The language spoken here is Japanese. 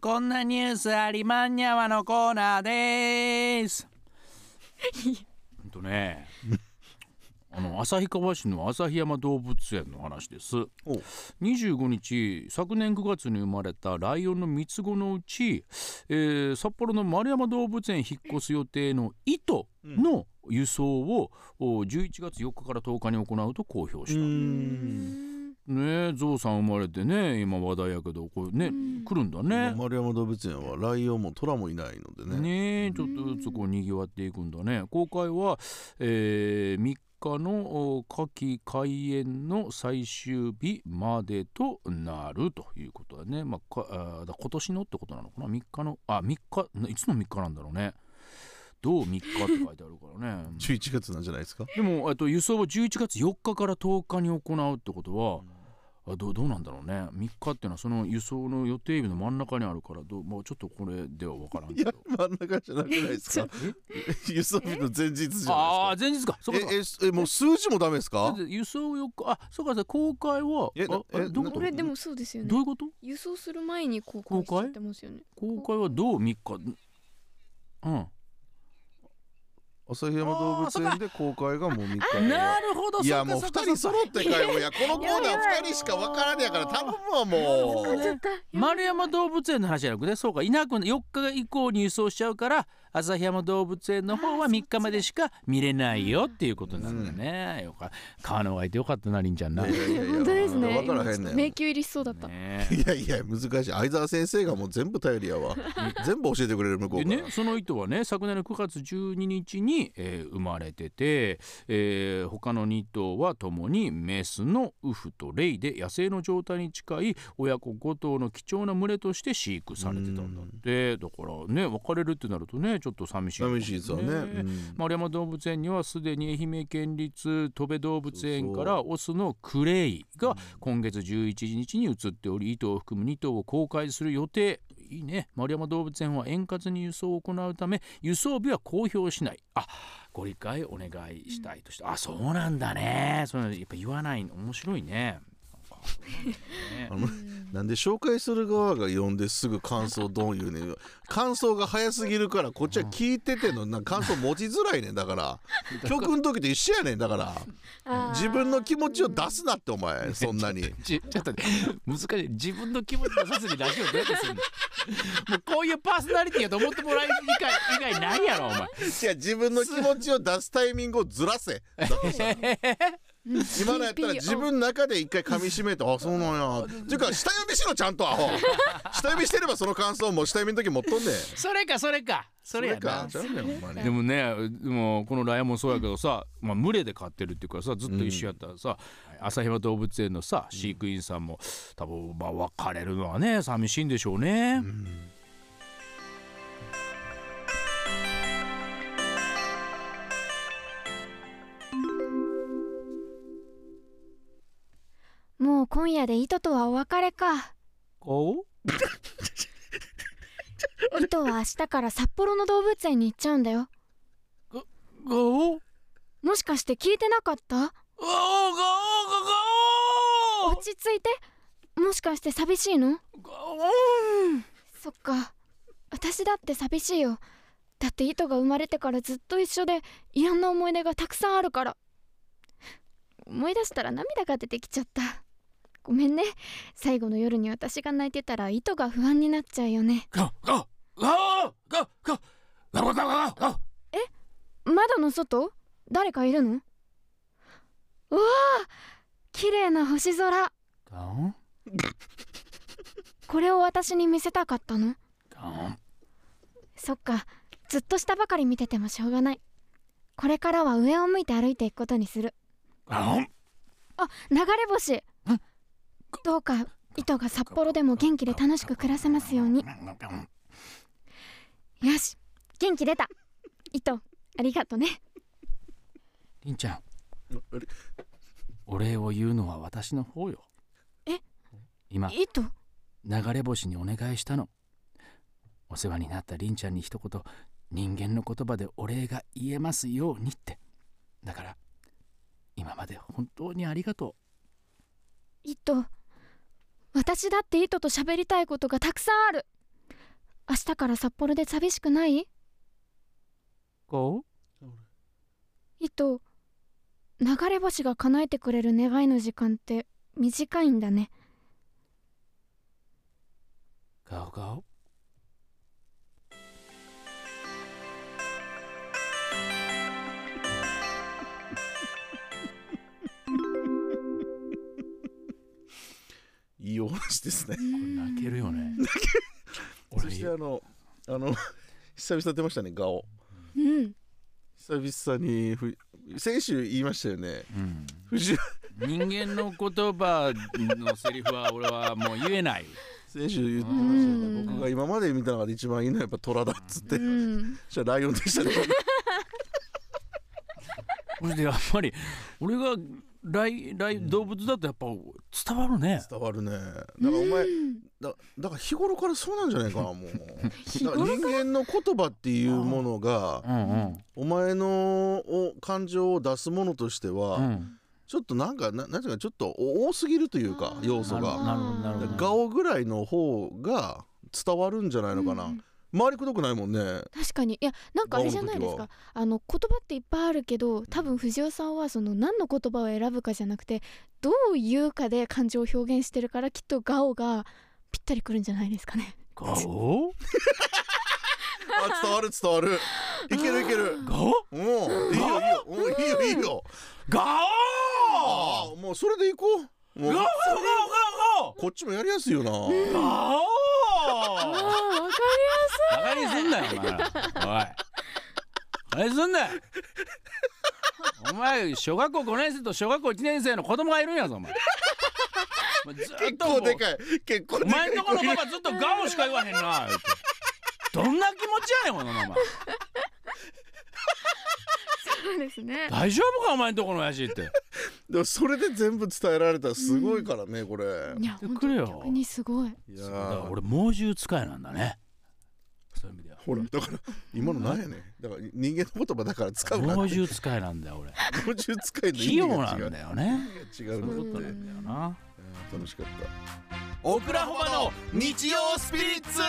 こんなニュースありまんにゃわのコーナーです。ほんとね。 あの旭川市の旭山動物園の話ですお25日昨年9月に生まれたライオンの三つ子のうち、えー札幌の丸山動物園引っ越す予定の糸の輸送をお11月4日から10日に行うと公表したんねえゾウさん生まれてね今話題やけどこれね、来るんだね丸山動物園はライオンもトラもいないのでねねえちょっとずつこうにぎわっていくんだね公開は、えー3日のお夏季開園の最終日までとなるということだね、まあ、かあーだ今年のってことなのかな3日のあ3日ないつの3日なんだろうねどう3日って書いてあるから ね11月なんじゃないですかでも、えっと、輸送は11月4日から10日に行うってことは、あどうどうなんだろうね3日っていうのはその輸送の予定日の真ん中にあるからどう、まあ、ちょっとこれでは分からんいけやど真ん中じゃなくないですか 輸送日の前日じゃないですああかー前日かそうかそうかえええもう数字もダメですだかって輸送4日あそうかそうか公開はえなああれえどういうこなことれでもそうですよどうねいうこと輸送する前に公開しちゃってますよね公開はどう3日うん旭山動物園で公開がもう3日なるほどいやもうそっ2かそっか人揃ってかよいやこのコーナー2人しか分からねえから頼むわもそううねちょっと丸山動物園の話じゃなくてそうかいなく4日以降に輸送しちゃうから旭山動物園の方はあー3日までしか見れないよっていうことなんだね、よか川のがいてよかったなりんちゃんな、ねいやいやいや本当ですね分からへんねん迷宮入りしそうだったえいやいや難しい相沢先生がもう全部頼りやわ全部教えてくれる向こでうからね、その糸はね昨年の9月12日に、えー生まれてて、えー他の2頭はともにメスのウフとレイで野生の状態に近い親子5頭の貴重な群れとして飼育されてたんだってだからね別れるってなるとねちょっと寂しいかも寂しいですよねうん丸山動物園にはすでに愛媛県立戸部動物園かそらオスのクレイが今月11日に移っており糸を含む2頭を公開する予定いいね丸山動物園は円滑に輸送を行うため輸送日は公表しないあご理解お願いしたいとして、あそうなんだねそれやっぱ言わないの面白い ねあのなんで紹介する側が呼んですぐ感想どう言うねん感想が早すぎるからこっちは聞いててのなんか感想持ちづらいねんだ から曲の時と一緒やねんだからあー自分の気持ちを出すなってお前そん なにちちょっとね難しい自分の気持ち出さずにラジオどうやって するのもうこういうパーソナリティやと思ってもらえる以外以外ないやろお前いや自分の気持ちを出すタイミングをずら せだとしたら今のやったら自分の中で一回噛み締めてあそうなんやっていうか下読みしろちゃんとアホ下読みしてればその感想も下読みの時持っとんねんそれかそれかそれやなそれかちゃうねんほんまにでもねでもこのライオンもそうやけどさ、まあ、群れで飼ってるっていうからさずっと一緒やったらさ旭山、動物園のさ飼育員さんも多分まあ別れるのはね寂しいんでしょうね。もう今夜で糸とはお別れ かこう糸は明日から札幌の動物園に行っちゃうんだよこうもしかして聞いてなかったおーおー落ち着いてもしかして寂しいのおーおーおーそっか私だって寂しいよだって糸が生まれてからずっと一緒で嫌な思い出がたくさんあるから思い出したら涙が出てきちゃったごめんね最後の夜に私が泣いてたら糸が不安になっちゃうよねガオガオガオガオガオガオガオガオガオ窓の外誰かいるのうわあ綺麗な星空ガオンこれを私に見せたかったのガオンそっかずっと下ばかり見ててもしょうがないこれからは上を向いて歩いていくことにするガオンあ流れ星どうか糸が札幌でも元気で楽しく暮らせますようによし元気出た糸ありがとねりんちゃんお礼を言うのは私の方よえ今糸流れ星にお願いしたのお世話になったりんちゃんに一言人間の言葉でお礼が言えますようにってだから今まで本当にありがと糸私だって糸と喋りたいことがたくさんある明日から札幌で寂しくないこ糸流れ星が叶えてくれる願いの時間って短いんだねうガオガオいいお話ですね。泣けるよねそしてあのあの 久々出ましたね顔。うん久々にふ先週言いましたよね。うん藤人間の言葉のセリフは俺はもう言えない先週言ってましたようね。ん僕が今まで見た中で一番いいのはやっぱ虎だっつって。 うんじゃライオンでしたね。それでやっぱり俺が来来動物だとやっぱ伝わるね伝わるね。だからお前うんだだから日頃からそうなんじゃないかなもう。 日だから頃人間の言葉っていうものがうんうんお前のお感情を出すものとしては、うんちょっとなんかななんていうかちょっと多すぎるというかあー要素なるほどが。なるほどなるほどガオぐらいの方が伝わるんじゃないのかな。うんうん周りくどくないも んね。確かにいやなんかあれじゃないですガオのかあの言葉っていっぱいあるけど多分藤尾さんはその何の言葉を選ぶかじゃなくてどう言うかで感情を表現してるからきっとガオがぴったりくるんじゃないですかねガオあ伝わる伝わる。いけるいける。ガオもういいよいいよ。うんいいよいいよ。ガあオあもうそれでいこう。もガオうガオこっちもやりやすいよな。ガオガオああわかバカにすんなよお前らおいバカにすんなよお前小学校5年生と小学校1年生の子供がいるんやぞお前お前ずっと結構でかい。結構おでかい前。んとこのパパずっとガオしか言わへんな言うてどんな気持ちやねんこのママるそうですね大丈夫かお前んとこの親父ってでもそれで全部伝えられたらすごいからねこれ。い言っや本て当くれよに逆にすごいいそやうだからー俺猛獣使いなんだねそういう意味ではほらだから今のなんやねん。だから人間の言葉だから使うな。猛 獣使いなんだよ俺猛獣使いの器意味用がな違んう。だよね違うそうのいっうてことなんだよなうん楽しかった。オクラホマの日曜スピリッツ